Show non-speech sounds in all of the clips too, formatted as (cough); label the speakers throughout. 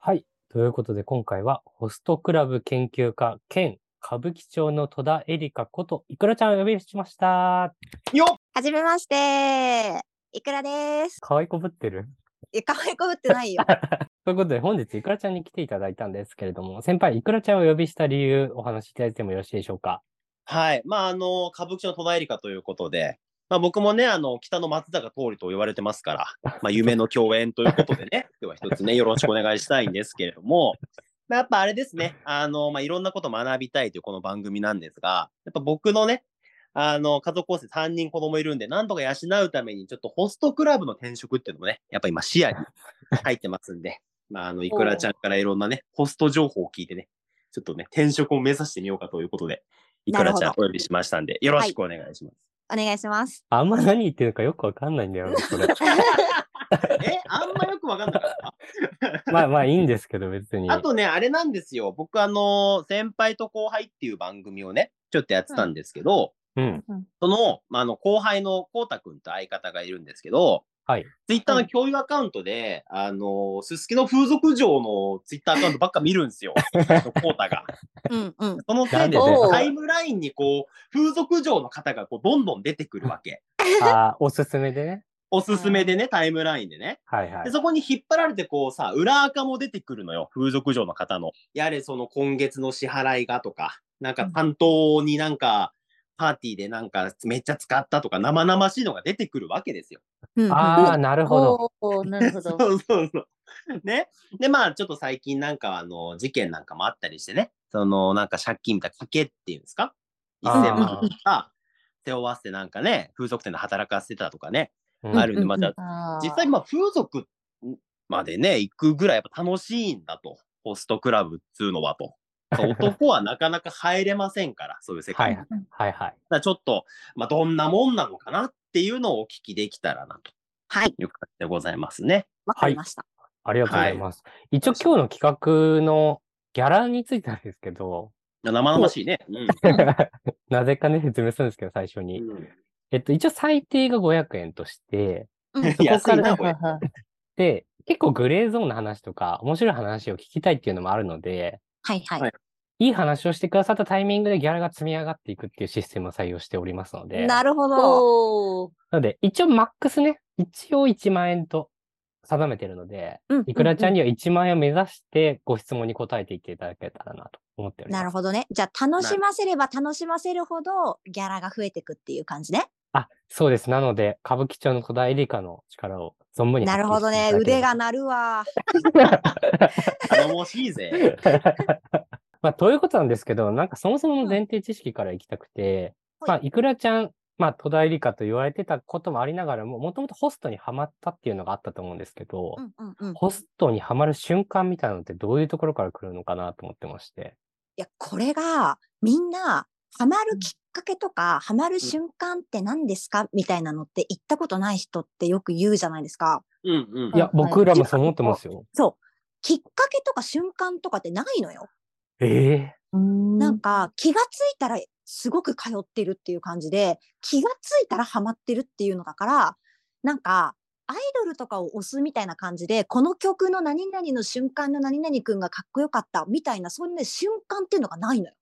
Speaker 1: はい。ということで、今回はホストクラブ研究家兼歌舞伎町の戸田恵梨香こと、いくらちゃんをお呼びしました。
Speaker 2: はじめまして。いくらです。
Speaker 1: 可愛いこぶってる。
Speaker 2: え、かわいこぶってないよ。
Speaker 1: ということで、本日いくらちゃんに来ていただいたんですけれども、先輩、いくらちゃんをお呼びした理由、お話しいただいてもよろしいでしょうか。
Speaker 3: はい。まあ、あの、歌舞伎町の戸田恵梨香ということで、まあ、僕もね、あの、北の松坂桃李と言われてますから、まあ、夢の共演ということでね、 (laughs) 今日は一つね、よろしくお願いしたいんですけれども、まあやっぱあれですね、あの、まあ、いろんなこと学びたいというこの番組なんですが、やっぱ僕のね、あの、家族構成3人子供いるんで、なんとか養うために、ちょっとホストクラブの転職っていうのもね、やっぱ今視野に入ってますんで、まあ、あの、いくらちゃんからいろんなね、ホスト情報を聞いてね、ちょっとね、転職を目指してみようかということで、いくらちゃん
Speaker 2: なる
Speaker 3: お
Speaker 2: ほど
Speaker 3: 呼びしましたんで、よろしくお願いします。
Speaker 2: (laughs) お願いし
Speaker 1: (laughs)
Speaker 2: ます。
Speaker 1: あんま何言ってるかよくわかんないんだよ (laughs) ね、これ。
Speaker 3: (laughs) え、あんまよくわかんなか (laughs) った
Speaker 1: まあまあいいんですけど、別に。
Speaker 3: あとね、あれなんですよ。僕、あの、先輩と後輩っていう番組をね、ちょっとやってたんですけど、
Speaker 1: うん。
Speaker 3: その、まあ、あの後輩のこうたくんと相方がいるんですけど、
Speaker 1: (laughs) はい。
Speaker 3: ツイッターの共有アカウントで、あの、すすきの風俗嬢のツイッターアカウントばっか見るんです (laughs) よ。こうたが。
Speaker 2: うんうん。
Speaker 3: そのせいで、
Speaker 1: なんでだ
Speaker 2: よ
Speaker 3: タイムラインにこう、風俗嬢の方がこうどんどん出てくるわけ。
Speaker 1: あーおすすめでね。
Speaker 3: おすすめでね、タイムラインでね。
Speaker 1: はいはい
Speaker 3: で。そこに引っ張られてこうさ裏垢も出てくるのよ風俗嬢の方の。やれその今月の支払いがとかなんか担当になんかパーティーでなんかめっちゃ使ったとか生々しいのが出てくるわけですよ。
Speaker 2: うんうん
Speaker 1: ああ、なるほど。
Speaker 4: おーなるほ
Speaker 3: そ
Speaker 4: ど。
Speaker 2: (laughs)
Speaker 3: うそうそう。ね。でまあちょっと最近なんかあの事件なんかもあったりしてねそのなんか借金みたいな賭けっていうんですか1000万とか背負わせてなんかね風俗店で働かせてたとかね、
Speaker 1: うん
Speaker 3: あるんでまた
Speaker 4: あー
Speaker 3: 実際、まあ、風俗までね、行くぐらいやっぱ楽しいんだと。ホストクラブっつうのはと。男はなかなか入れませんから、そういう世
Speaker 1: は
Speaker 3: 界。
Speaker 1: い
Speaker 3: だか
Speaker 1: はいはい。
Speaker 3: らちょっと、まあ、どんなもんなのかなっていうのをお聞きできたらなと
Speaker 2: はい。
Speaker 3: いう感じでございますね。
Speaker 2: わかりました。
Speaker 1: ありがとうございます。一応今日の企画のギャラについてなんですけど、
Speaker 3: 生々しいね。うん
Speaker 1: (laughs) なぜかね、説明するんですけど、最初に。
Speaker 3: うん
Speaker 1: えっと、一応最低が500円として、
Speaker 2: うん
Speaker 1: そこ
Speaker 3: 安
Speaker 1: か
Speaker 3: い
Speaker 1: ら
Speaker 3: な、こ
Speaker 4: はい
Speaker 3: れ。
Speaker 4: はいはい
Speaker 1: で、結構グレーゾーンの話とか、面白い話を聞きたいっていうのもあるので、
Speaker 2: はいは。
Speaker 3: はい
Speaker 1: いい話をしてくださったタイミングでギャラが積み上がっていくっていうシステムを採用しておりますので、
Speaker 2: な
Speaker 1: な
Speaker 2: るほど。
Speaker 4: おー
Speaker 1: ので、一応マックスね、一応1万円と定めてるので、
Speaker 2: うん
Speaker 1: いくらちゃんには1万円を目指してご質問に答えていっていただけたらなと思っております。
Speaker 2: なるほどね。じゃあ、楽しませれば楽しませるほど、ギャラが増えてくっていう感じね。
Speaker 1: あ、そうです。なので、歌舞伎町の戸田恵梨香の力を存分に
Speaker 2: な
Speaker 1: 発揮
Speaker 2: るほどね。
Speaker 1: して
Speaker 2: 腕
Speaker 1: いた
Speaker 2: が鳴るわ。
Speaker 3: 頼もしいぜ。
Speaker 1: だければ。まあ、ということなんですけど、なんかそもそもの前提知識からいきたくて、
Speaker 2: はい
Speaker 1: まあ、いくらちゃん、まあ、戸田恵梨香と言われてたこともありながらも、もともとホストにはまったっていうのがあったと思うんですけど、
Speaker 2: うんうんうん。い
Speaker 1: ホストにはまる瞬間みたいなのってどういうところから来るのかなと思ってまして。
Speaker 2: や、これが、みんな、ハマるきっかけとか、ハマる瞬間って何ですかみたいなのって、行ったことない人ってよく言うじゃないですか。
Speaker 3: うんうん
Speaker 1: い。や、
Speaker 4: はい
Speaker 1: 僕らもそう思ってますよ。
Speaker 2: そう。きっかけとか瞬間とかってないのよ。
Speaker 1: ええ
Speaker 4: うーん
Speaker 2: なんか気がついたらすごく通ってるっていう感じで気がついたらハマってるっていうのだからなんかアイドルとかを押すみたいな感じでこの曲の何々の瞬間の何々くんがかっこよかったみたいなそんな瞬間っていうのがないのよ。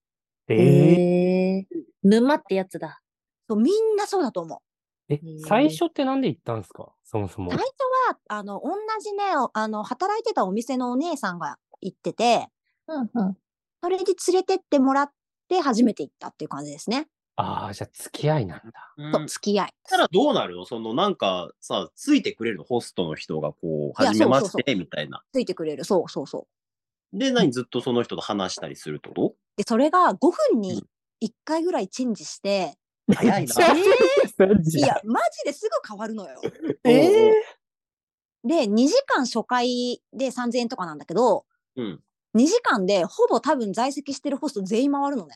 Speaker 1: ええ
Speaker 4: へえ。沼ってやつだ。
Speaker 2: そうみんなそうだと思う。
Speaker 1: え、最初ってなんで行ったんですかそもそも
Speaker 2: 最。初はあの同じねおあの働いてたお店のお姉さんが行ってて
Speaker 4: うんうん。
Speaker 2: それで連れてってもらって初めて行ったっていう感じですね。
Speaker 1: ああ、じゃあ付き合いなんだ。
Speaker 3: うん
Speaker 2: と付き合い。
Speaker 3: したらどうなるのそのなんかさ、ついてくれるのホストの人がこ
Speaker 2: い
Speaker 3: う、
Speaker 2: や
Speaker 3: はじめま
Speaker 2: そうそう
Speaker 3: してみたいな。
Speaker 2: ついてくれるそうそうそう。
Speaker 3: で、何ずっとその人と話したりするってこと
Speaker 2: でそれが5分
Speaker 3: う
Speaker 2: に1回ぐらいチェンジして、
Speaker 3: 早
Speaker 2: い
Speaker 1: (laughs)
Speaker 3: いな。
Speaker 2: やマジですぐ変わるのよ。
Speaker 1: ええ
Speaker 2: で2時間初回で3,000円とかなんだけど
Speaker 3: うん。
Speaker 2: 2時間でほぼ多分在籍してるホスト全員回るのね。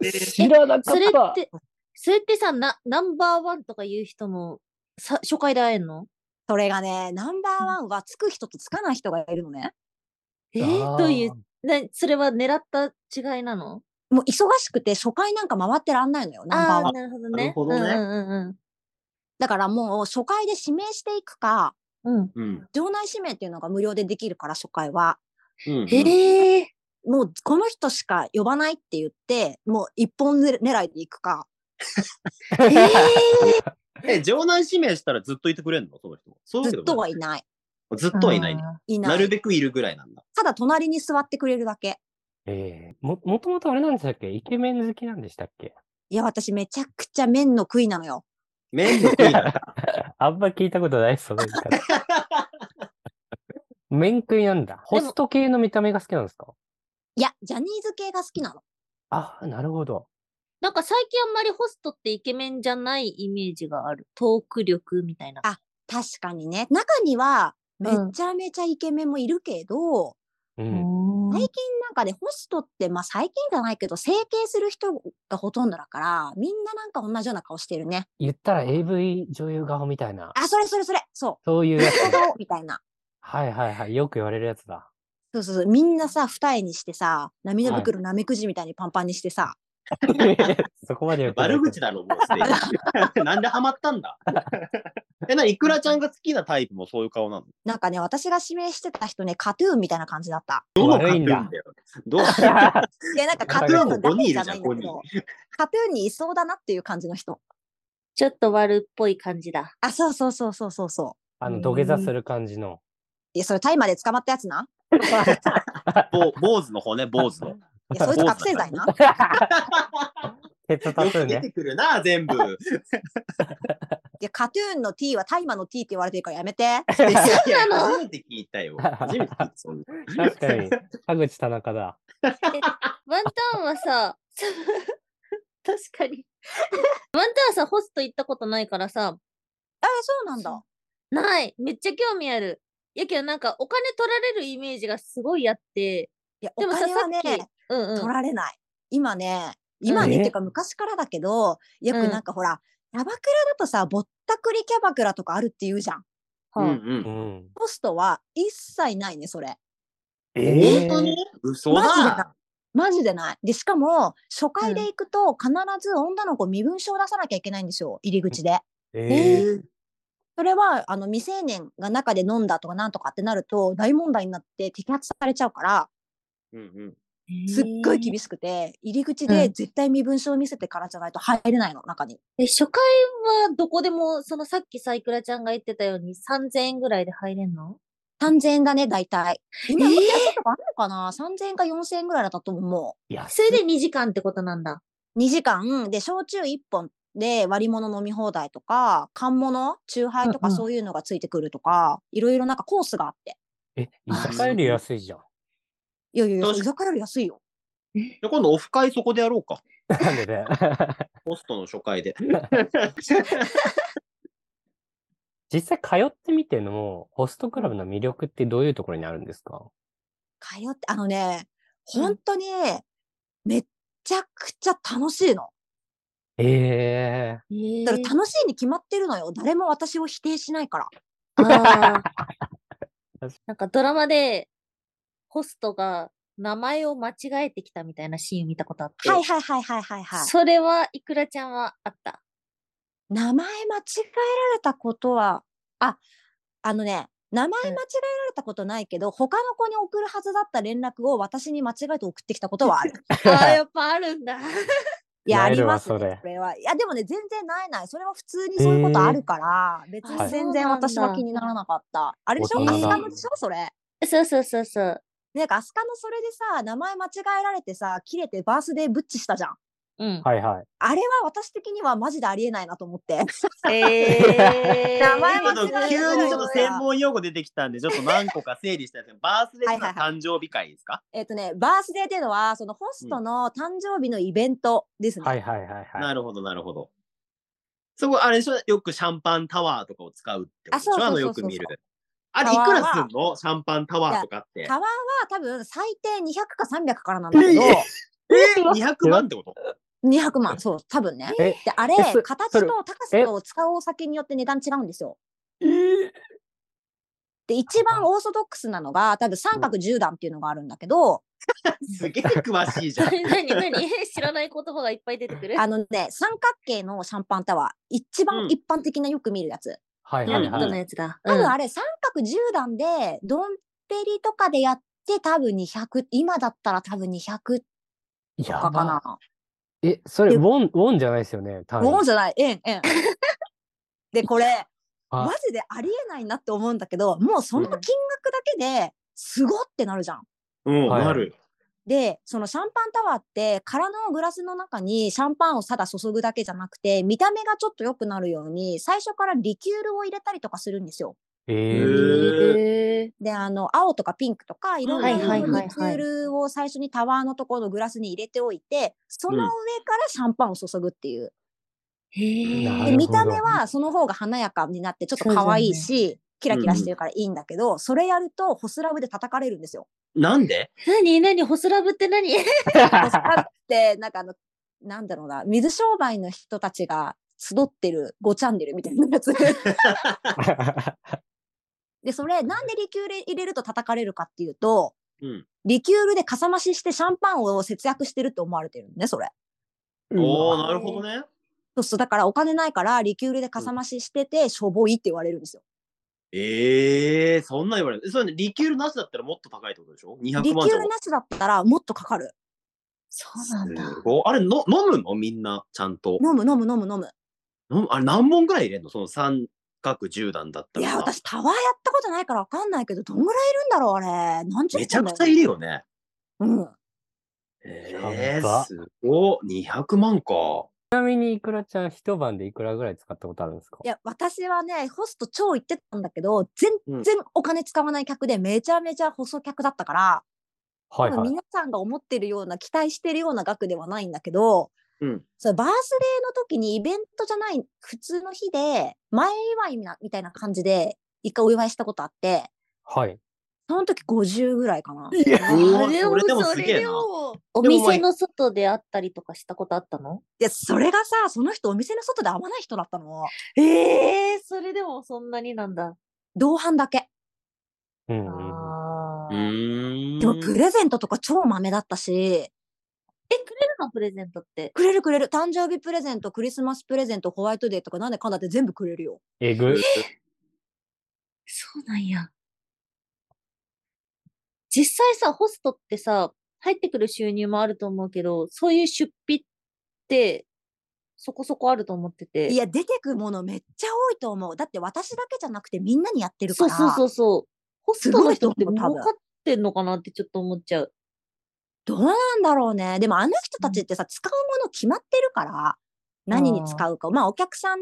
Speaker 1: 知らなか
Speaker 4: それ
Speaker 1: っ。
Speaker 4: ったて、それってさ、な、ナンバーワンとかいう人も、さ、初回で会えんの
Speaker 2: それがねナンバーワンはつく人とつかない人がいるのね。
Speaker 4: え
Speaker 1: あー
Speaker 4: ー、ど
Speaker 1: (laughs)
Speaker 4: ういう、な、それは狙った違いなの
Speaker 2: もう忙しくて初回なんか回ってらんないのよナンバー
Speaker 4: あ
Speaker 2: ワン
Speaker 4: あー、。なるほど
Speaker 3: な
Speaker 4: ね
Speaker 3: る。ほどね
Speaker 4: うんうんうん
Speaker 2: だからもう初回で指名していくか
Speaker 4: うん。
Speaker 3: うん。
Speaker 2: 場内指名っていうのが無料でできるから初回は
Speaker 3: うん。
Speaker 4: へえ。
Speaker 2: もうこの人しか呼ばないって言ってもう一本狙いでいくか (laughs)
Speaker 4: へえ。
Speaker 3: え、場内指名したらずっといてくれんのその人。そういう
Speaker 2: ず
Speaker 3: わけ
Speaker 2: っ
Speaker 3: で
Speaker 2: と
Speaker 3: もな
Speaker 2: はいいない
Speaker 3: ずっとはいないんだ。
Speaker 4: あ
Speaker 2: いない
Speaker 3: なるべくいるぐらいなんだ。
Speaker 2: ただ隣に座ってくれるだけ
Speaker 1: ええも、もともとあれなんでしたっけイケメン好きなんでしたっけ
Speaker 2: いや私めちゃくちゃ麺の食いなのよ
Speaker 3: 麺の食いだった。
Speaker 1: あんま聞いたことない、その言い方。
Speaker 3: (laughs)
Speaker 1: 麺食いなんだ。ホスト系の見た目が好きなんですか
Speaker 2: いやジャニーズ系が好きなの
Speaker 1: ああ、なるほど。
Speaker 4: なんか最近あんまりホストってイケメンじゃないイメージがある。トーク力みたいな。
Speaker 2: あ確かにね中にはめ
Speaker 4: うん
Speaker 2: ちゃめちゃイケメンもいるけど、
Speaker 1: う。
Speaker 4: うんん
Speaker 2: 最近なんかでホストってまあ最近じゃないけど整形する人がほとんどだからみんななんか同じような顔してるね
Speaker 1: 言ったら AV 女優顔みたいな、
Speaker 2: あそれそれそれ (laughs) そ
Speaker 1: そういうやつ
Speaker 2: う。顔みたいな
Speaker 1: はいはいはい。よく言われるやつだ。 (laughs)
Speaker 2: そうそうそうみんなさ二重にしてさ涙袋なめくじみたいにパンパンにしてさ、
Speaker 1: そこまで言うと
Speaker 3: 悪口だろ、もうすでに。 (laughs) なんでハマったんだえ、な、いくらちゃんが好きなタイプもそういう顔なの
Speaker 2: なんかね私が指名してた人ねカトゥーンみたいな感じだ (laughs) った
Speaker 3: どのカトゥ
Speaker 1: 悪
Speaker 3: ー
Speaker 1: いん
Speaker 3: ン
Speaker 1: だ
Speaker 3: だよ。どう
Speaker 2: いやなんかカ
Speaker 1: カ
Speaker 2: ト
Speaker 1: トゥ
Speaker 2: ゥ
Speaker 1: ー
Speaker 2: ー
Speaker 1: ン
Speaker 2: ン
Speaker 1: も
Speaker 2: のダ
Speaker 3: 五人い
Speaker 2: メじ
Speaker 3: る
Speaker 2: ゃ
Speaker 3: じゃ
Speaker 2: なんいんだけどカトゥーンにいそうだなっていう感じの人
Speaker 4: ちょっと悪っぽい感じだ。
Speaker 2: あそうそうそうそうそうそう
Speaker 1: (laughs) あの、土下座する感じの。
Speaker 2: いやそれタイまで捕まったやつ (laughs) な
Speaker 3: ぼ坊主の方ね、坊主の。よ
Speaker 2: いやそいつ覚醒剤な (laughs)
Speaker 1: 鉄タトゥー
Speaker 3: く出
Speaker 1: ね。
Speaker 3: てくるな、全部。
Speaker 2: いやカトゥーンの T はタイマの T って言われてるからやめ (laughs) て
Speaker 3: いやいや
Speaker 4: そうなの
Speaker 3: 初めて聞いたよ。初めて聞いた、そんな。
Speaker 1: 確かに。田口田中だ。
Speaker 4: ワンタンは
Speaker 2: (laughs)
Speaker 4: さ、そう確かに。ワンタンはさ、ホスト行ったことないからさ、
Speaker 2: あそうなんだ
Speaker 4: ない。めっちゃ興味ある。やけどなんかお金取られるイメージがすごいあって。
Speaker 2: いや、お
Speaker 4: でもさ、
Speaker 2: 金
Speaker 4: さ
Speaker 2: はね
Speaker 4: っ、き、うんうん。
Speaker 2: 取られない。今ね、今ね、
Speaker 1: え
Speaker 2: っていうか昔からだけど、よくなんかほら、キャバクラだとさ、ぼったくりキャバクラとかあるって言うじゃん。
Speaker 3: うん
Speaker 4: は
Speaker 1: う
Speaker 3: う
Speaker 4: あ
Speaker 3: ん。
Speaker 1: ん。
Speaker 2: ホストは一切ないね、それ。
Speaker 1: ええ
Speaker 3: 本当に嘘
Speaker 2: マジで
Speaker 3: だ
Speaker 2: な。マジでない。で、しかも、初回で行くと、必ず女の子身分証を出さなきゃいけないんですよ、入り口で。
Speaker 1: ええ
Speaker 3: えー
Speaker 2: それは、あの、未成年が中で飲んだとかなんとかってなると、大問題になって摘発されちゃうから、
Speaker 3: うんうん
Speaker 2: すっごい厳
Speaker 4: しい。
Speaker 2: しくて、入り口
Speaker 4: う
Speaker 2: で
Speaker 4: ん
Speaker 2: 絶対身分証を見せてからじゃないと入れないの、中に。
Speaker 4: え初回はどこでも、そのさっきさいくらちゃんが言ってたように3000円ぐらいで入れんの
Speaker 2: 3000円だね、大体。今、
Speaker 4: えー
Speaker 2: もっと安いとかあるのかな、?3000 円か4000円ぐらいだったと思
Speaker 1: いや、
Speaker 4: それで2時間ってことなんだ。
Speaker 2: う。2時間で、焼酎1本で割り物飲み放題とか、缶物、酎ハイと
Speaker 4: う
Speaker 2: か
Speaker 4: んうん
Speaker 2: そういうのがついてくるとか、いろいろなんかコースがあって。
Speaker 1: え、居酒屋より安いじゃん。
Speaker 2: いやいやいや、
Speaker 3: 確
Speaker 2: 居酒屋より安いよ。
Speaker 3: じゃあ今度オフ会そこでやろうか。
Speaker 1: なんでね。
Speaker 3: ホストの初回で。
Speaker 1: 実際通ってみてのホストクラブの魅力ってどういうところにあるんですか
Speaker 2: 通って、あのね、
Speaker 4: うん
Speaker 2: 本当に、めっちゃくちゃ楽しいの。
Speaker 1: ええ
Speaker 4: え
Speaker 2: だから楽しいに決まってるのよ。誰も私を否定しないから。 (laughs)
Speaker 4: ああ。なんかドラマで、ホストが名前を間違えてきたみたいなシーン見たことあって。
Speaker 2: はいはいはいはいはいはい。
Speaker 4: それはいくらちゃんはあった。
Speaker 2: 名前間違えられたことは、あ、あのね、名前間違え
Speaker 4: うん
Speaker 2: られたことないけど、他の子に送るはずだった連絡を私に間違えて送ってきたことはあ
Speaker 1: (laughs)
Speaker 2: る。
Speaker 4: ああ、やっぱあるん
Speaker 2: い
Speaker 4: だ。
Speaker 2: や、
Speaker 1: な
Speaker 2: あ
Speaker 1: い
Speaker 2: り
Speaker 1: のは
Speaker 2: ますね、
Speaker 1: それ
Speaker 2: それは。いや、でもね、全然ないない。それは普通にそういうことあるから、別
Speaker 1: はい
Speaker 2: に全然私は気にならなかった。あれでしょ
Speaker 1: 大
Speaker 2: ア
Speaker 1: 人
Speaker 2: ス
Speaker 1: だ
Speaker 2: カのでしょそれ。
Speaker 4: そうそうそうそう。
Speaker 2: なんかアスカのそれでさ、名前間違えられてさ、切れてバースデーブッチしたじゃん。
Speaker 4: うん。
Speaker 1: はいはい。
Speaker 2: あれは私的にはマジでありえないなと思って。(laughs)
Speaker 4: えー、
Speaker 2: 名前
Speaker 3: ちょ
Speaker 2: 間
Speaker 3: っ
Speaker 2: 違
Speaker 3: と
Speaker 2: え
Speaker 3: 急
Speaker 2: ら
Speaker 3: に
Speaker 2: れ
Speaker 3: ち
Speaker 2: た
Speaker 3: ょっと専門用語出てきたんで、ちょっと何個か整理したいんですけど、バースデーってのは
Speaker 2: はいはい
Speaker 3: 誕生日会ですか
Speaker 2: えっとね、バースデーっていうのは、そのホストの誕生日のイベントですね。
Speaker 1: はいはいはいは。
Speaker 3: ないるほど、なるほど。そこ、あれでしょよくシャンパンタワーとかを使うってことでしょ
Speaker 2: あそうそうそうそう
Speaker 3: あの、よく見る。あれ、い
Speaker 2: タワー
Speaker 3: く
Speaker 2: は
Speaker 3: らすんのシャンパンタワーとかって
Speaker 2: タ。ワーは多分最低200か300からなんだけど、
Speaker 3: えー、200万ってこと
Speaker 2: 200万、そう、多分ね。
Speaker 1: え、
Speaker 2: で、あれ
Speaker 1: えそ、
Speaker 2: 形
Speaker 1: それ
Speaker 2: と高さと使うお酒によって値段違うんですよ。で、一番オーソドックスなのが、多分三角十段っていうのがあるんだけど、
Speaker 3: すげえ詳しいじゃん。
Speaker 2: (laughs)
Speaker 4: 何何 (laughs) 知らない言葉がいっぱい出てくる。
Speaker 2: あのね、三角形のシャンパンタワー、一
Speaker 3: う
Speaker 2: 番
Speaker 3: ん
Speaker 2: 一般的なよく見るやつ。
Speaker 1: はい
Speaker 4: ラ
Speaker 1: は
Speaker 4: ビ
Speaker 1: い
Speaker 4: ット
Speaker 1: は
Speaker 4: の
Speaker 1: い。
Speaker 4: やつだ。
Speaker 2: 多分
Speaker 4: うん
Speaker 2: あれ、三角10段で、ドンペリとかでやって、多分200、今だったら多分200と
Speaker 1: や
Speaker 2: かか
Speaker 1: ば。
Speaker 2: な。
Speaker 1: え、それ、
Speaker 2: で
Speaker 1: ウォン、ウォンじゃないですよね、単位
Speaker 2: もうじゃない、円、円。で、これ、
Speaker 1: あ
Speaker 2: マジでありえないなって思うんだけど、もうその金額だけですごってなるじゃん。
Speaker 3: うん、
Speaker 1: はい
Speaker 3: なる。
Speaker 2: で、そのシャンパンタワーって、空のグラスの中にシャンパンをただ注ぐだけじゃなくて、見た目がちょっと良くなるように、最初からリキュールを入れたりとかするんですよ。
Speaker 1: え
Speaker 3: へ
Speaker 1: ー、
Speaker 4: へえ。
Speaker 2: で、あの、青とかピンクとか、いろんな
Speaker 3: はいはいはい
Speaker 2: 色の
Speaker 3: はい
Speaker 2: リキュールを最初にタワーのところのグラスに入れておいて、その上
Speaker 3: うん
Speaker 2: からシャンパンを注ぐっていう。
Speaker 4: へ
Speaker 1: なるほ
Speaker 2: で
Speaker 1: ど
Speaker 2: 見た目はその方が華やかになって、ちょっと可愛いし、キラキラしてるからいいんだけど、それやると、ホスラブで叩かれるんですよ。
Speaker 3: なんで
Speaker 4: 何何ホスラブって何 (laughs)
Speaker 2: ホスラブって、なんかあの、なんだろうな、水商売の人たちが集ってる5チャンネルみたいなやつ。で、それ、なんでリキュール入れると叩かれるかっていうと、
Speaker 3: うん。
Speaker 2: リキュールでかさ増ししてシャンパンを節約してるって思われてるんね、それ。
Speaker 1: (laughs)
Speaker 3: おお
Speaker 1: うわ
Speaker 3: なるほどね。
Speaker 2: そうそう、だからお金ないから、リキュールでかさ増ししてて、しょぼいって言われるんですよ。
Speaker 3: ええー、そんなん言われる。それね、リキュールなしだったらもっと高いってことでしょ
Speaker 2: リ
Speaker 3: ?200
Speaker 2: キュ
Speaker 3: 万
Speaker 2: ー
Speaker 3: じゃ
Speaker 2: ルなしだったら、もっとかかる。
Speaker 4: そうなんだ。
Speaker 3: すごいあれの、飲むのみんな、ちゃんと。
Speaker 2: 飲む飲む飲む飲む。
Speaker 3: 飲むあれ、何本ぐらい入れんのその三角十段だった
Speaker 2: い
Speaker 3: らさ。
Speaker 2: や、私、タワーやったことないからわかんないけど、どんぐらいいるんだろう、あれ。何十
Speaker 3: めちゃくちゃ
Speaker 2: い
Speaker 3: いるよね。
Speaker 2: うん。
Speaker 3: ええ
Speaker 1: やば
Speaker 3: ー、すごい。200万か。
Speaker 1: ちなみに、いくらちゃん、一晩でいくらぐらい使ったことあるんですか
Speaker 2: いや、私はね、ホスト超行ってたんだけど、全然お金使わない客で、めちゃめちゃ細客だったから、
Speaker 1: はい
Speaker 2: 多分
Speaker 1: はい。
Speaker 2: 皆さんが思ってるような、期待してるような額ではないんだけど、
Speaker 3: うん。
Speaker 2: それバースデーの時にイベントじゃない普通の日で前祝いなみたいな感じで一回お祝いしたことあって
Speaker 1: はい。
Speaker 2: その時50ぐらいかな。
Speaker 1: いや
Speaker 3: うわそれでもすげえな
Speaker 4: をお
Speaker 3: でもまあ
Speaker 4: 店の外で会ったりとかしたことあったの
Speaker 2: いやそれがさその人お店の外で会わない人だったの
Speaker 4: ええそれでもそんなになんだ。
Speaker 2: 同伴だけ。
Speaker 1: うんうんうん。
Speaker 4: あ
Speaker 3: う
Speaker 4: あ。
Speaker 3: ーん。
Speaker 2: でもプレゼントとか超マメだったし
Speaker 4: え、くれるのプレゼントって。
Speaker 2: くれるくれる誕生日プレゼントクリスマスプレゼントホワイトデーとかなんでかんだって全部くれるよ。
Speaker 1: えぐ。
Speaker 4: そうなんや。実際さ、ホストってさ、入ってくる収入もあると思うけど、そういう出費って、そこそこあると思ってて。
Speaker 2: いや出てくものめっちゃ多いと思うだって私だけじゃなくてみんなにやってるか
Speaker 4: そう
Speaker 2: ら
Speaker 4: そうそうそう。ホストの人って
Speaker 2: すご
Speaker 4: 儲
Speaker 2: いと
Speaker 4: か
Speaker 2: 思う多分
Speaker 4: ってんのかなってちょっと思っちゃう。
Speaker 2: どうなんだろうね。でもあの人たちってさ、使うもの決まってるから、何に使うか。まあお客さん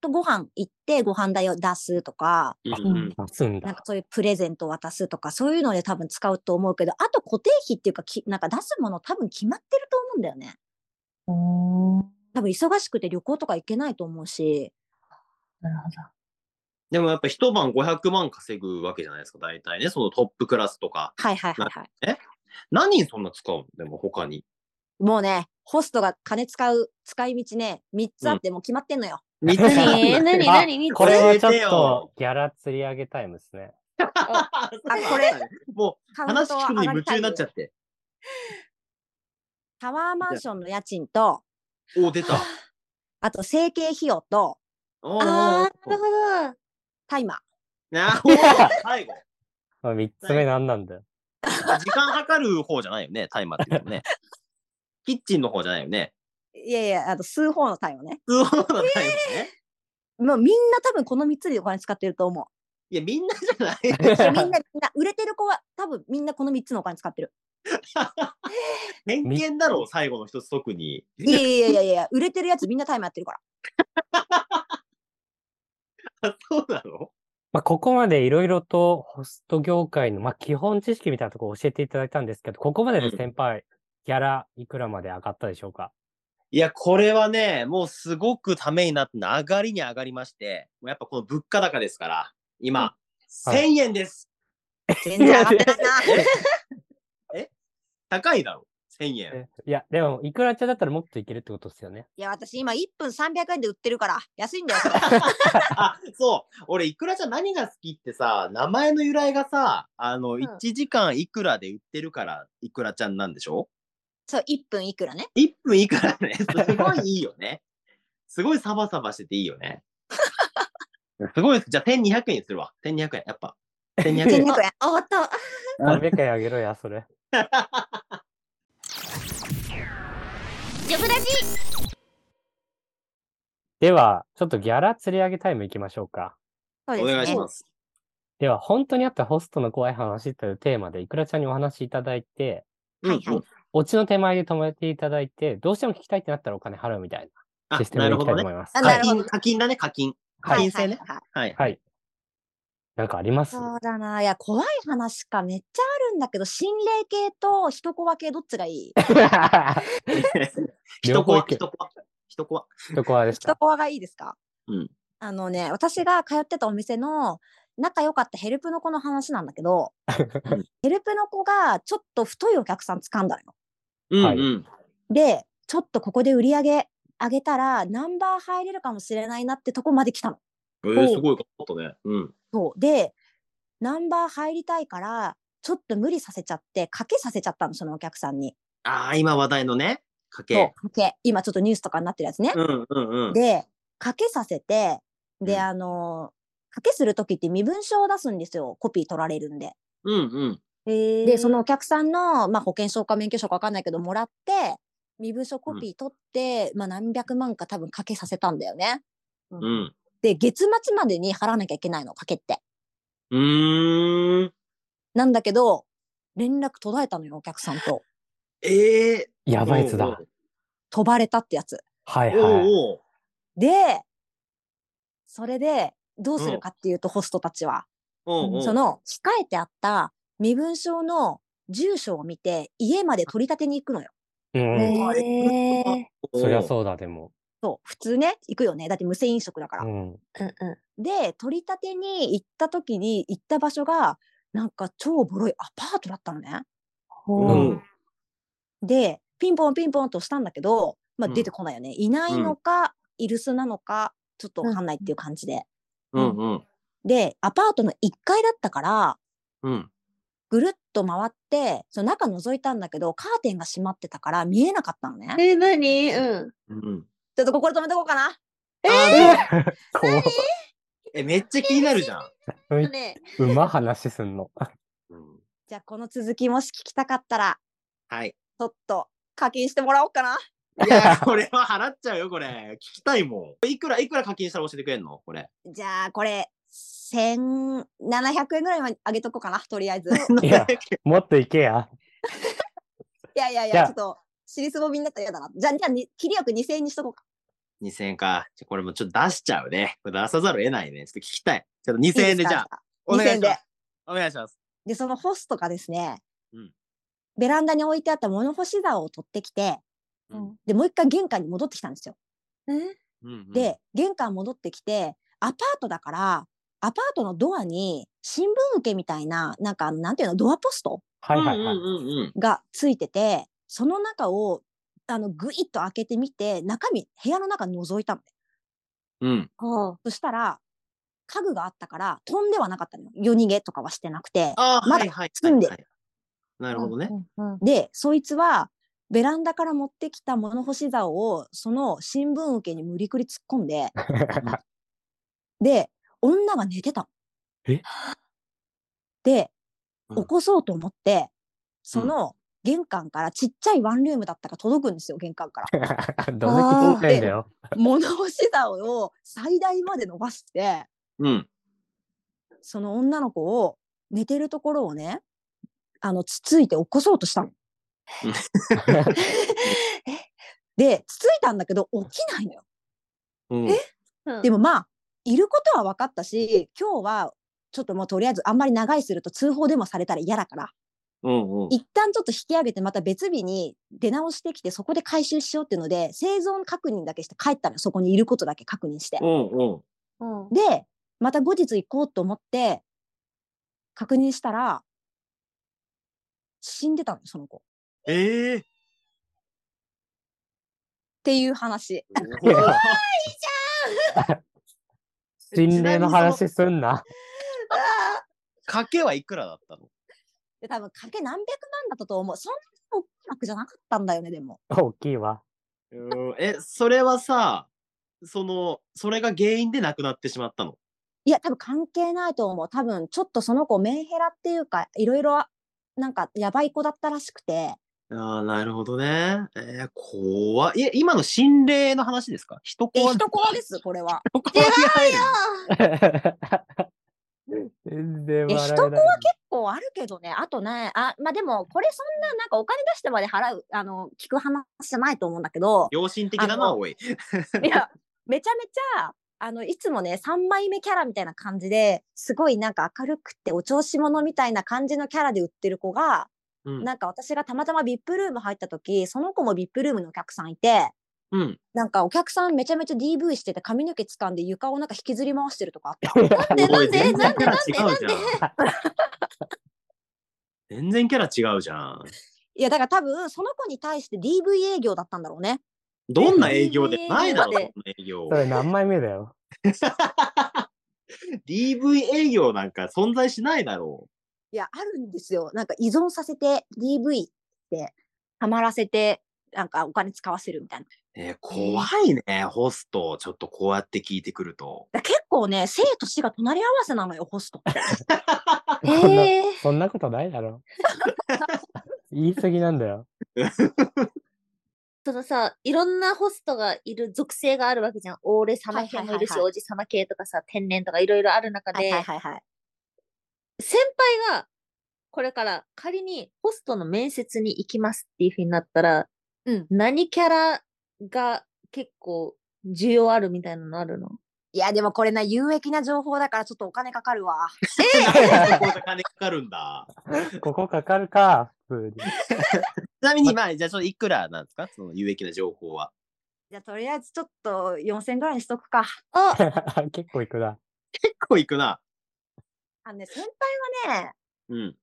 Speaker 2: とご飯行ってご飯代を出すとか、
Speaker 3: うんうん
Speaker 1: 出すん
Speaker 2: なん
Speaker 1: だ
Speaker 2: か。そういうプレゼントを渡すとか、そういうので多分使うと思うけど、あと固定費っていうか、きなんか出すもの多分決まってると思うんだよね。多分忙しくて旅行とか行けないと思うし、
Speaker 4: なるほど。
Speaker 3: でもやっぱ一晩500万稼ぐわけじゃないですか、大体ね。そのトップクラスとか。
Speaker 2: はいはいはいはい。
Speaker 3: 何にそんな使うのでも他に。
Speaker 2: もうね、ホストが金使う使い道ね、3つあってもう決まってんのよ。
Speaker 3: 見
Speaker 1: てない
Speaker 4: 何
Speaker 1: (laughs)
Speaker 4: え何
Speaker 1: あ
Speaker 4: 何
Speaker 1: これはちょ
Speaker 3: 教
Speaker 1: っ
Speaker 3: えて
Speaker 1: と
Speaker 3: よ、
Speaker 1: ギャラ釣り上げタイムですね。
Speaker 3: あ、
Speaker 2: これ。
Speaker 3: もう
Speaker 2: カウン
Speaker 3: 話
Speaker 2: トは
Speaker 3: 聞くの
Speaker 2: 上
Speaker 3: に
Speaker 2: がり
Speaker 3: 夢
Speaker 2: た
Speaker 3: 中
Speaker 2: い
Speaker 3: になっ
Speaker 2: よ
Speaker 3: ちゃって。
Speaker 2: タワーマンションの家賃と、
Speaker 3: お、出た。
Speaker 2: あと整形費用と、
Speaker 3: おー
Speaker 4: ああ、な
Speaker 3: お
Speaker 4: る
Speaker 3: ー
Speaker 4: ほど。
Speaker 2: タイマー。
Speaker 3: なおー最後。
Speaker 1: まあ、3つ目なんなんだよ。
Speaker 3: あ時間計る方じゃないよね、タイマーっていうのもね。キッチンの方じゃないよね。
Speaker 2: いやいや、あの、数方の単位をね。
Speaker 3: そうのタイマーね。
Speaker 2: もうみんな多分この3つでお金使ってると
Speaker 3: (laughs)
Speaker 2: 思う。
Speaker 3: いや、みんなじゃない。
Speaker 2: いやみんな、みんな、売れてる子は多分みんなこの3つのお金使ってる。
Speaker 3: 偏見だろう、最後の一つ特に。
Speaker 2: いやいやいやいやいや、売れてるやつみんなタイムやってるから。
Speaker 3: あそうなの
Speaker 1: まあ、ここまでいろいろとホスト業界の、まあ、基本知識みたいなところを教えていただいたんですけど、ここまでで
Speaker 3: うん
Speaker 1: 先輩、ギャラいくらまで上がったでしょうか
Speaker 3: いや、これはね、もうすごくためになって、上がりに上がりまして、もうやっぱこの物価高ですから、今、
Speaker 1: うんはい
Speaker 3: 1000円です。
Speaker 2: 全然上
Speaker 3: (laughs)
Speaker 2: がってないな。
Speaker 3: 高いだろ、1000円。
Speaker 1: えいや、でも、いくらちゃんだったらもっといけるってことですよね。
Speaker 2: いや、私今1分300円で売ってるから、安いんだよ、それ。
Speaker 3: あ、そう。俺、いくらちゃん何が好きってさ、名前の由来がさ、あの、
Speaker 4: ん
Speaker 3: 1時間いくらで売ってるから、いくらちゃんなんでしょ
Speaker 2: そう、1分いくらね。
Speaker 3: ?1 分いく
Speaker 2: (laughs)
Speaker 3: らね。すごいいいよね。すごいサバサバしてていいよね。 (laughs) すごいです。じゃあ、1200円にするわ。1200円、やっぱ。1200
Speaker 2: 千
Speaker 3: 円。
Speaker 2: 二百円。
Speaker 4: あ、終わった。
Speaker 1: 300円あげろや、それ。
Speaker 4: ジョブラジ
Speaker 1: では、ちょっとギャラ釣り上げタイムいきましょうか。
Speaker 2: そう
Speaker 3: お願
Speaker 2: で
Speaker 3: い
Speaker 2: す
Speaker 3: し
Speaker 2: ね。
Speaker 3: ます。
Speaker 1: では、本当にあったホストの怖い話というテーマで、いくらちゃんにお話しいただいて、
Speaker 2: はいはい
Speaker 3: うんうん
Speaker 1: オチの手前で止めていただいて、どうしても聞きたいってなったらお金払うみたいな
Speaker 3: あ
Speaker 1: システ
Speaker 3: な
Speaker 1: ムでい
Speaker 3: る
Speaker 1: きた
Speaker 3: ほ
Speaker 1: いと
Speaker 3: ど
Speaker 1: 思
Speaker 3: ね
Speaker 1: います。
Speaker 2: あ
Speaker 1: は
Speaker 2: ないる
Speaker 3: 課
Speaker 2: ほど
Speaker 3: 金、課金だね、課金。課
Speaker 2: はい
Speaker 3: 金制ね
Speaker 2: はい。はい
Speaker 3: はい。
Speaker 1: はい。なんかあります
Speaker 2: そうだな。いや、怖い話かめっちゃあるんだけど、心霊系と人怖系どっちがい
Speaker 3: (laughs)
Speaker 2: い
Speaker 1: (laughs) 両
Speaker 3: 人
Speaker 1: 方い
Speaker 3: 怖、
Speaker 1: け
Speaker 3: 人怖、人怖。
Speaker 1: 人怖です
Speaker 2: 人
Speaker 1: か
Speaker 2: 怖がいいですか
Speaker 3: うん
Speaker 2: あのね、私が通ってたお店の仲良かったヘルプの子の話なんだけど、ヘルプの子がちょっと太いお客さん掴んだのよ。
Speaker 3: うん
Speaker 1: はい
Speaker 3: うん。
Speaker 2: で、ちょっとここで売り上げ上げたら、ナンバー入れるかもしれないなってとこまで来たの。
Speaker 3: えー、すごいことね。うん。
Speaker 2: そうでナンバー入りたいからちょっと無理させちゃって賭けさせちゃったのそのお客さんに。
Speaker 3: ああ、今話題のね、家
Speaker 2: そう
Speaker 3: 計。
Speaker 2: 賭け今ちょっとニュースとかになってるやつね。
Speaker 3: うんうんうん。
Speaker 2: で賭けさせてで、
Speaker 3: うん
Speaker 2: あの賭けする時って身分証を出すんですよコピー取られるんで。
Speaker 3: うんうん。
Speaker 2: でそのお客さんの、まあ、保険証か免許証か分かんないけどもらって身分証コピー取って、まあ、何百万か多分賭けさせたんだよね。
Speaker 3: うん。
Speaker 2: で月末までに払わなきゃいけないの賭けって。
Speaker 3: うーん。
Speaker 2: なんだけど連絡途絶えたのよお客さん
Speaker 3: (laughs)
Speaker 2: と。
Speaker 3: ええ
Speaker 1: や
Speaker 3: ー。
Speaker 1: ばいやつだ。
Speaker 2: 飛ばれたってやつ。
Speaker 1: はい
Speaker 3: おうおう
Speaker 1: はい。
Speaker 3: おう
Speaker 2: で、それでどうす
Speaker 3: う
Speaker 2: る
Speaker 3: ん
Speaker 2: かっていうと、ホストたちは、
Speaker 3: おうおう。
Speaker 2: その控えてあった身分証の住所を見て、家まで取り立てに行くのよ。
Speaker 1: うんうん。
Speaker 4: へー
Speaker 1: そりゃそうだ、でも。
Speaker 2: そう、普通ね、行くよね。だって無銭飲食だから。
Speaker 1: うん。
Speaker 4: うんう
Speaker 2: で、取り立てに行った時に行った場所が、なんか超ボロいアパートだったのね。
Speaker 3: うん。
Speaker 1: う
Speaker 4: ほ
Speaker 1: ん
Speaker 4: う。
Speaker 2: で、ピンポンピンポンとしたんだけど、まあ
Speaker 3: うん
Speaker 2: 出てこないよね。いないのか、いるすなのか、ちょっとわかんないっていう感じで。
Speaker 3: うんうん。
Speaker 2: で、アパートの1階だったから、
Speaker 3: うん。
Speaker 2: ぐるっと回ってその中覗いたんだけどカーテンが閉まってたから見えなかったのね
Speaker 4: え、なにうん。
Speaker 3: うん。
Speaker 2: ちょっとここで止めとこうかな
Speaker 3: えー、
Speaker 1: 怖っ
Speaker 3: え、めっちゃ気になるじゃん。
Speaker 4: ね、
Speaker 1: うま話すんの。
Speaker 3: うん
Speaker 2: じゃあこの続きもし聞きたかったら
Speaker 3: はい。
Speaker 2: ちょっと課金してもらおうかない
Speaker 3: や、これは払っちゃうよ、これ。聞きたいもん。いくら、いくら課金したら教えてくれんのこれ。
Speaker 2: じゃあこれ1700円ぐらいまで上げとこうかなとりあえ
Speaker 3: (laughs)
Speaker 2: ず
Speaker 1: いや、もっといけや。
Speaker 2: いやいやい
Speaker 1: じゃ
Speaker 2: や
Speaker 1: あ
Speaker 2: ちょっと尻すぼみになったら嫌だなじゃあじゃあに切りよく2000円にしとこうか
Speaker 3: 2000円か。じゃこれもちょっと出しちゃうね。これ出さざるを得ないね。ちょっと聞きたい。ちょっと2000円でじゃあ、
Speaker 2: あ
Speaker 3: お願いし
Speaker 2: 2000
Speaker 3: ま
Speaker 2: 円
Speaker 3: す。お願いします。
Speaker 2: でそのホストがですね、
Speaker 3: うん
Speaker 2: ベランダに置いてあった物干し竿を取ってきて
Speaker 3: うん
Speaker 2: でもう一回玄関に戻ってきたんですよ
Speaker 4: え
Speaker 3: うん
Speaker 2: で、玄関戻ってきてアパートだからアパートのドアに新聞受けみたいななんかあのなんていうのドアポスト
Speaker 1: はいはいはい (laughs)
Speaker 3: うん。うんうんうん。
Speaker 2: がついててその中をあのグイッと開けてみて中身部屋の中覗いたのね
Speaker 3: うん。
Speaker 4: はあ。
Speaker 2: そしたら家具があったから飛んではなかったのよ夜逃げとかはしてなくて
Speaker 3: ああ、
Speaker 2: ま
Speaker 3: は
Speaker 2: だ
Speaker 3: いはい。
Speaker 2: 包んで
Speaker 3: はいはいなるほどね。
Speaker 4: うんうん。
Speaker 2: でそいつはベランダから持ってきた物干し竿をその新聞受けに無理くり突っ込んでで女が寝てたの
Speaker 1: え
Speaker 2: で
Speaker 3: うん
Speaker 2: 起こそうと思って、その玄関からちっちゃいワンルームだったか届くんですよ玄関
Speaker 3: (laughs)
Speaker 2: から
Speaker 1: どれ聞いてんだよ。
Speaker 2: 物干し竿を最大まで伸ばして
Speaker 3: うん。
Speaker 2: その女の子を寝てるところをねあのつついて起こそうと
Speaker 3: (laughs)
Speaker 2: したの。 (laughs) でつついたんだけど起きないのよ。
Speaker 3: うん
Speaker 4: うん
Speaker 2: でもまあいることは分かったし今日はちょっともうとりあえずあんまり長いすると通報でもされたら嫌だから
Speaker 3: うんうん。
Speaker 2: 一旦ちょっと引き上げてまた別日に出直してきてそこで回収しようっていうので生存確認だけして帰ったのよそこにいることだけ確認して
Speaker 3: う。んうん。
Speaker 4: うん。
Speaker 2: でまた後日行こうと思って確認したら死んでたのよその子っ
Speaker 3: ええ。
Speaker 2: ていう話。
Speaker 1: 怖いじ
Speaker 3: (laughs) ゃん
Speaker 1: 心霊の話すんな。
Speaker 3: 賭けはいくらだったの
Speaker 2: で多分かけ何百万だったと思うそんな大きい額じゃなかったんだよねでも。
Speaker 1: 大きいわ。
Speaker 3: うんえ、それはさ、その、それが原因で亡くなってしまったの。
Speaker 2: いや、多分関係ないと思う。多分、ちょっとその子、メンヘラっていうか、いろいろ、なんか、やばい子だったらしくて、
Speaker 3: ああ、なるほどね。えー、怖い。え、今の心霊の話ですか人
Speaker 2: え、
Speaker 3: 怖
Speaker 2: 一コアです、これ
Speaker 3: (laughs)
Speaker 2: は。
Speaker 3: 人怖に入る。
Speaker 1: 全然
Speaker 2: え、
Speaker 1: 笑
Speaker 2: 一コ
Speaker 1: え
Speaker 2: ア
Speaker 1: ない
Speaker 2: 結。構あるけどね、あとね、あ、まあでも、これそんな、なんかお金出してまで払う、あの、聞く話じゃないと思うんだけど、
Speaker 3: (laughs) 良心的だ
Speaker 2: あ
Speaker 3: な、
Speaker 2: の
Speaker 3: おい。
Speaker 2: いや、めちゃめちゃ、あの、いつもね、3枚目キャラみたいな感じですごいなんか明るくてお調子者みたいな感じのキャラで売ってる子が、
Speaker 3: うん。
Speaker 2: なんか私がたまたま VIP ルーム入った時、その子も VIP ルームのお客さんいて、
Speaker 3: うん。
Speaker 2: なんかお客さんめちゃめちゃ DV してて髪の毛掴んで床をなんか引きずり回してるとかあった。
Speaker 4: なん
Speaker 1: (laughs)
Speaker 4: で
Speaker 3: お
Speaker 4: ないんで
Speaker 3: 全然
Speaker 4: なん
Speaker 3: キ
Speaker 4: で
Speaker 3: ャラ
Speaker 4: なん
Speaker 3: 違う
Speaker 4: で
Speaker 3: じゃん。全然キャ
Speaker 4: (laughs)
Speaker 3: ラ違うじゃん。
Speaker 2: いや、だから多分その子に対して DV 営業だったんだろうね。
Speaker 3: どんな営業でないだろ、
Speaker 4: DV
Speaker 3: そんな営業
Speaker 1: そ。れ何枚目だよ。
Speaker 3: DV 営業なんか存在しないだろ
Speaker 2: いや、あるんですよ。なんか依存させて DV ってハマらせて、なんかお金使わせるみたいな。
Speaker 3: う。えー、怖いね、ホスト。ちょっとこうやって聞いてくると。
Speaker 4: (laughs)
Speaker 2: だ結構ね、生と死が隣り合わせなのよ、ホストって。
Speaker 4: えー
Speaker 1: そんなことないだろ。言い過ぎなんだよ。
Speaker 4: そのさ、いろんなホストがいる属性があるわけじゃん。オーレ様系
Speaker 2: は
Speaker 4: もいるし、
Speaker 2: いはいはいはい
Speaker 4: おじ様系とかさ、天然とかいろいろある中で、
Speaker 2: はいはい。
Speaker 4: 先輩がこれから仮にホストの面接に行きますっていうふうになったら、
Speaker 2: うん。
Speaker 4: 何キャラが結構需要あるみたいなのあるの
Speaker 2: いや、でもこれな、有益な情報だからちょっとお金かかるわ。 (laughs)
Speaker 3: なんでこんな金かかるんだ。
Speaker 1: ここかかるか、普通に。
Speaker 3: ちなみに、まあ、じゃあ、そのいくらなんですかその有益な情報は。
Speaker 2: じゃあ、とりあえずちょっと4000ぐらいにしとくか。
Speaker 3: (laughs)
Speaker 4: あ、
Speaker 1: (laughs) 結構いくな。
Speaker 3: 結構いくな。
Speaker 2: あのね、先輩はね、
Speaker 3: うん。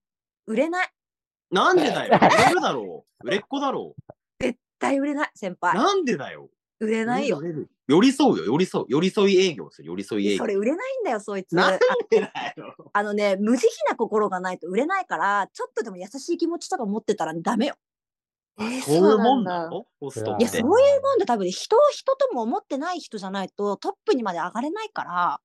Speaker 2: 売れない。
Speaker 3: なんでだよ。売れるだろう。売れっ子だろ
Speaker 2: 絶対売れない、先
Speaker 3: う。
Speaker 2: 輩。
Speaker 3: なんでだよ。
Speaker 2: 売れないよ
Speaker 3: 売。れる。売れる寄り添うよ、寄り添う。寄り添い営業する、寄り添い営
Speaker 2: そ
Speaker 3: 業。
Speaker 2: れ売れないんだよ、そいつ。
Speaker 3: な
Speaker 2: あ
Speaker 3: んでだよ。
Speaker 2: あのね、無慈悲な心がないと売れないから、ちょっとでも優しい気持ちとか持ってたらダメよ。
Speaker 4: えー
Speaker 3: そういうもんな
Speaker 4: だ。
Speaker 3: のホストっ
Speaker 2: い
Speaker 3: て。
Speaker 2: や、そういうもんで多分ね、人を人とも思ってない人じゃないと、トップにまで上がれないから、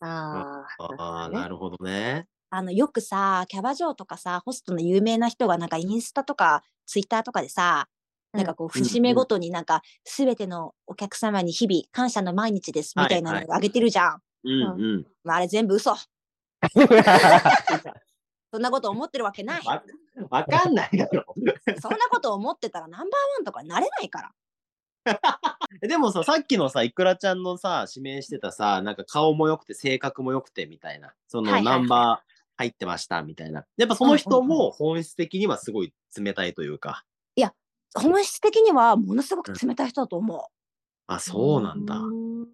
Speaker 4: あ
Speaker 3: ああ、
Speaker 4: ね
Speaker 3: なるほどね。
Speaker 2: あの、よくさ、キャバ嬢とかさ、ホストの有名な人がなんかインスタとかツイッターとかでさ、
Speaker 4: うん
Speaker 2: なんかこう、
Speaker 3: うん
Speaker 2: 節目ごとになんか、すべてのお客様に日々感謝の毎日ですみたいな
Speaker 3: はい
Speaker 2: のをあげてるじゃん。
Speaker 3: うん
Speaker 4: う
Speaker 3: うん。
Speaker 2: まあ、あれ全部嘘。そんなこと思ってるわけない。
Speaker 3: わわかんないだろ。 (laughs)
Speaker 2: そんなこと思ってたらナンバーワンとかなれないから。
Speaker 3: でもさ、さっきのさ、いくらちゃんのさ、指名してたさ、なんか顔も良くて、性格も良くてみたいな、そ
Speaker 2: は
Speaker 3: の
Speaker 2: いはいは
Speaker 3: ナ
Speaker 2: い
Speaker 3: ンバー入ってましたみたいな。やっぱその人も本質的にはすごい冷たいというか。
Speaker 2: 本質的にはものすごく冷たい人だと思う。
Speaker 3: あ、そうなんだ。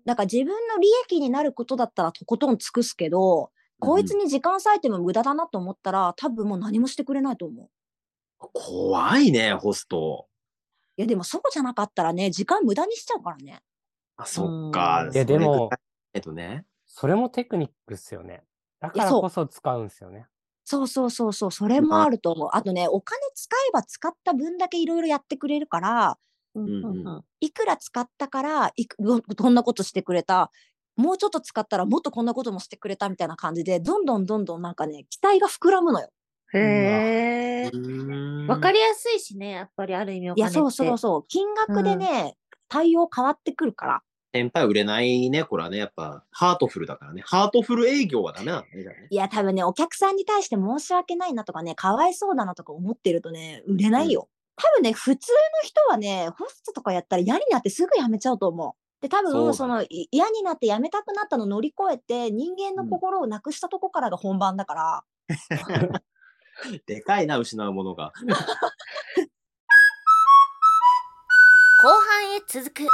Speaker 2: なんか自分の利益になることだったらとことん尽くすけど、こいつに時間割いても無駄だなと思ったら、多分もう何もしてくれないと思う。
Speaker 3: 怖いね、ホスト。
Speaker 2: いやでもそうじゃなかったらね、時間無駄にしちゃうからね。
Speaker 3: あ、そっか
Speaker 4: う。ん
Speaker 1: いや、でも、
Speaker 3: えっとね。
Speaker 1: (laughs) それもテクニックっすよね。だからこそ使うんすよね。
Speaker 2: そうそうそうそう、それもあると思う。あとね、お金使えば使った分だけいろいろやってくれるから、
Speaker 4: うんうん
Speaker 3: うん
Speaker 4: うん
Speaker 2: いくら使ったからいくどどんなことしてくれた、もうちょっと使ったらもっとこんなこともしてくれたみたいな感じで、どんどんどんどんなんかね、期待が膨らむのよ。
Speaker 4: へえ。わ
Speaker 3: わ
Speaker 4: か
Speaker 3: り
Speaker 4: りやすいしね、やっぱりある意味お
Speaker 2: い
Speaker 4: 金
Speaker 2: や、
Speaker 4: って。
Speaker 2: そうそうそう。金額でね、対応変わってくるから。
Speaker 3: 先輩売れないね、これはね。やっぱ、ハートフルだからね。ハートフル営業はダメなんだね。じゃあね
Speaker 2: いや、多分ね、お客さんに対して申し訳ないなとかね、かわいそうだなとか思ってるとね、売れないよ。多分ね、普通の人はね、ホストとかやったら嫌になってすぐ辞めちゃうと思う。で、多
Speaker 3: そうだ
Speaker 2: 分、その、い嫌になって辞めたくなったの乗り越えて、人間の心をなくしたとこからが本番だから、
Speaker 3: でかいな、失うものが。
Speaker 4: 後半へ続く。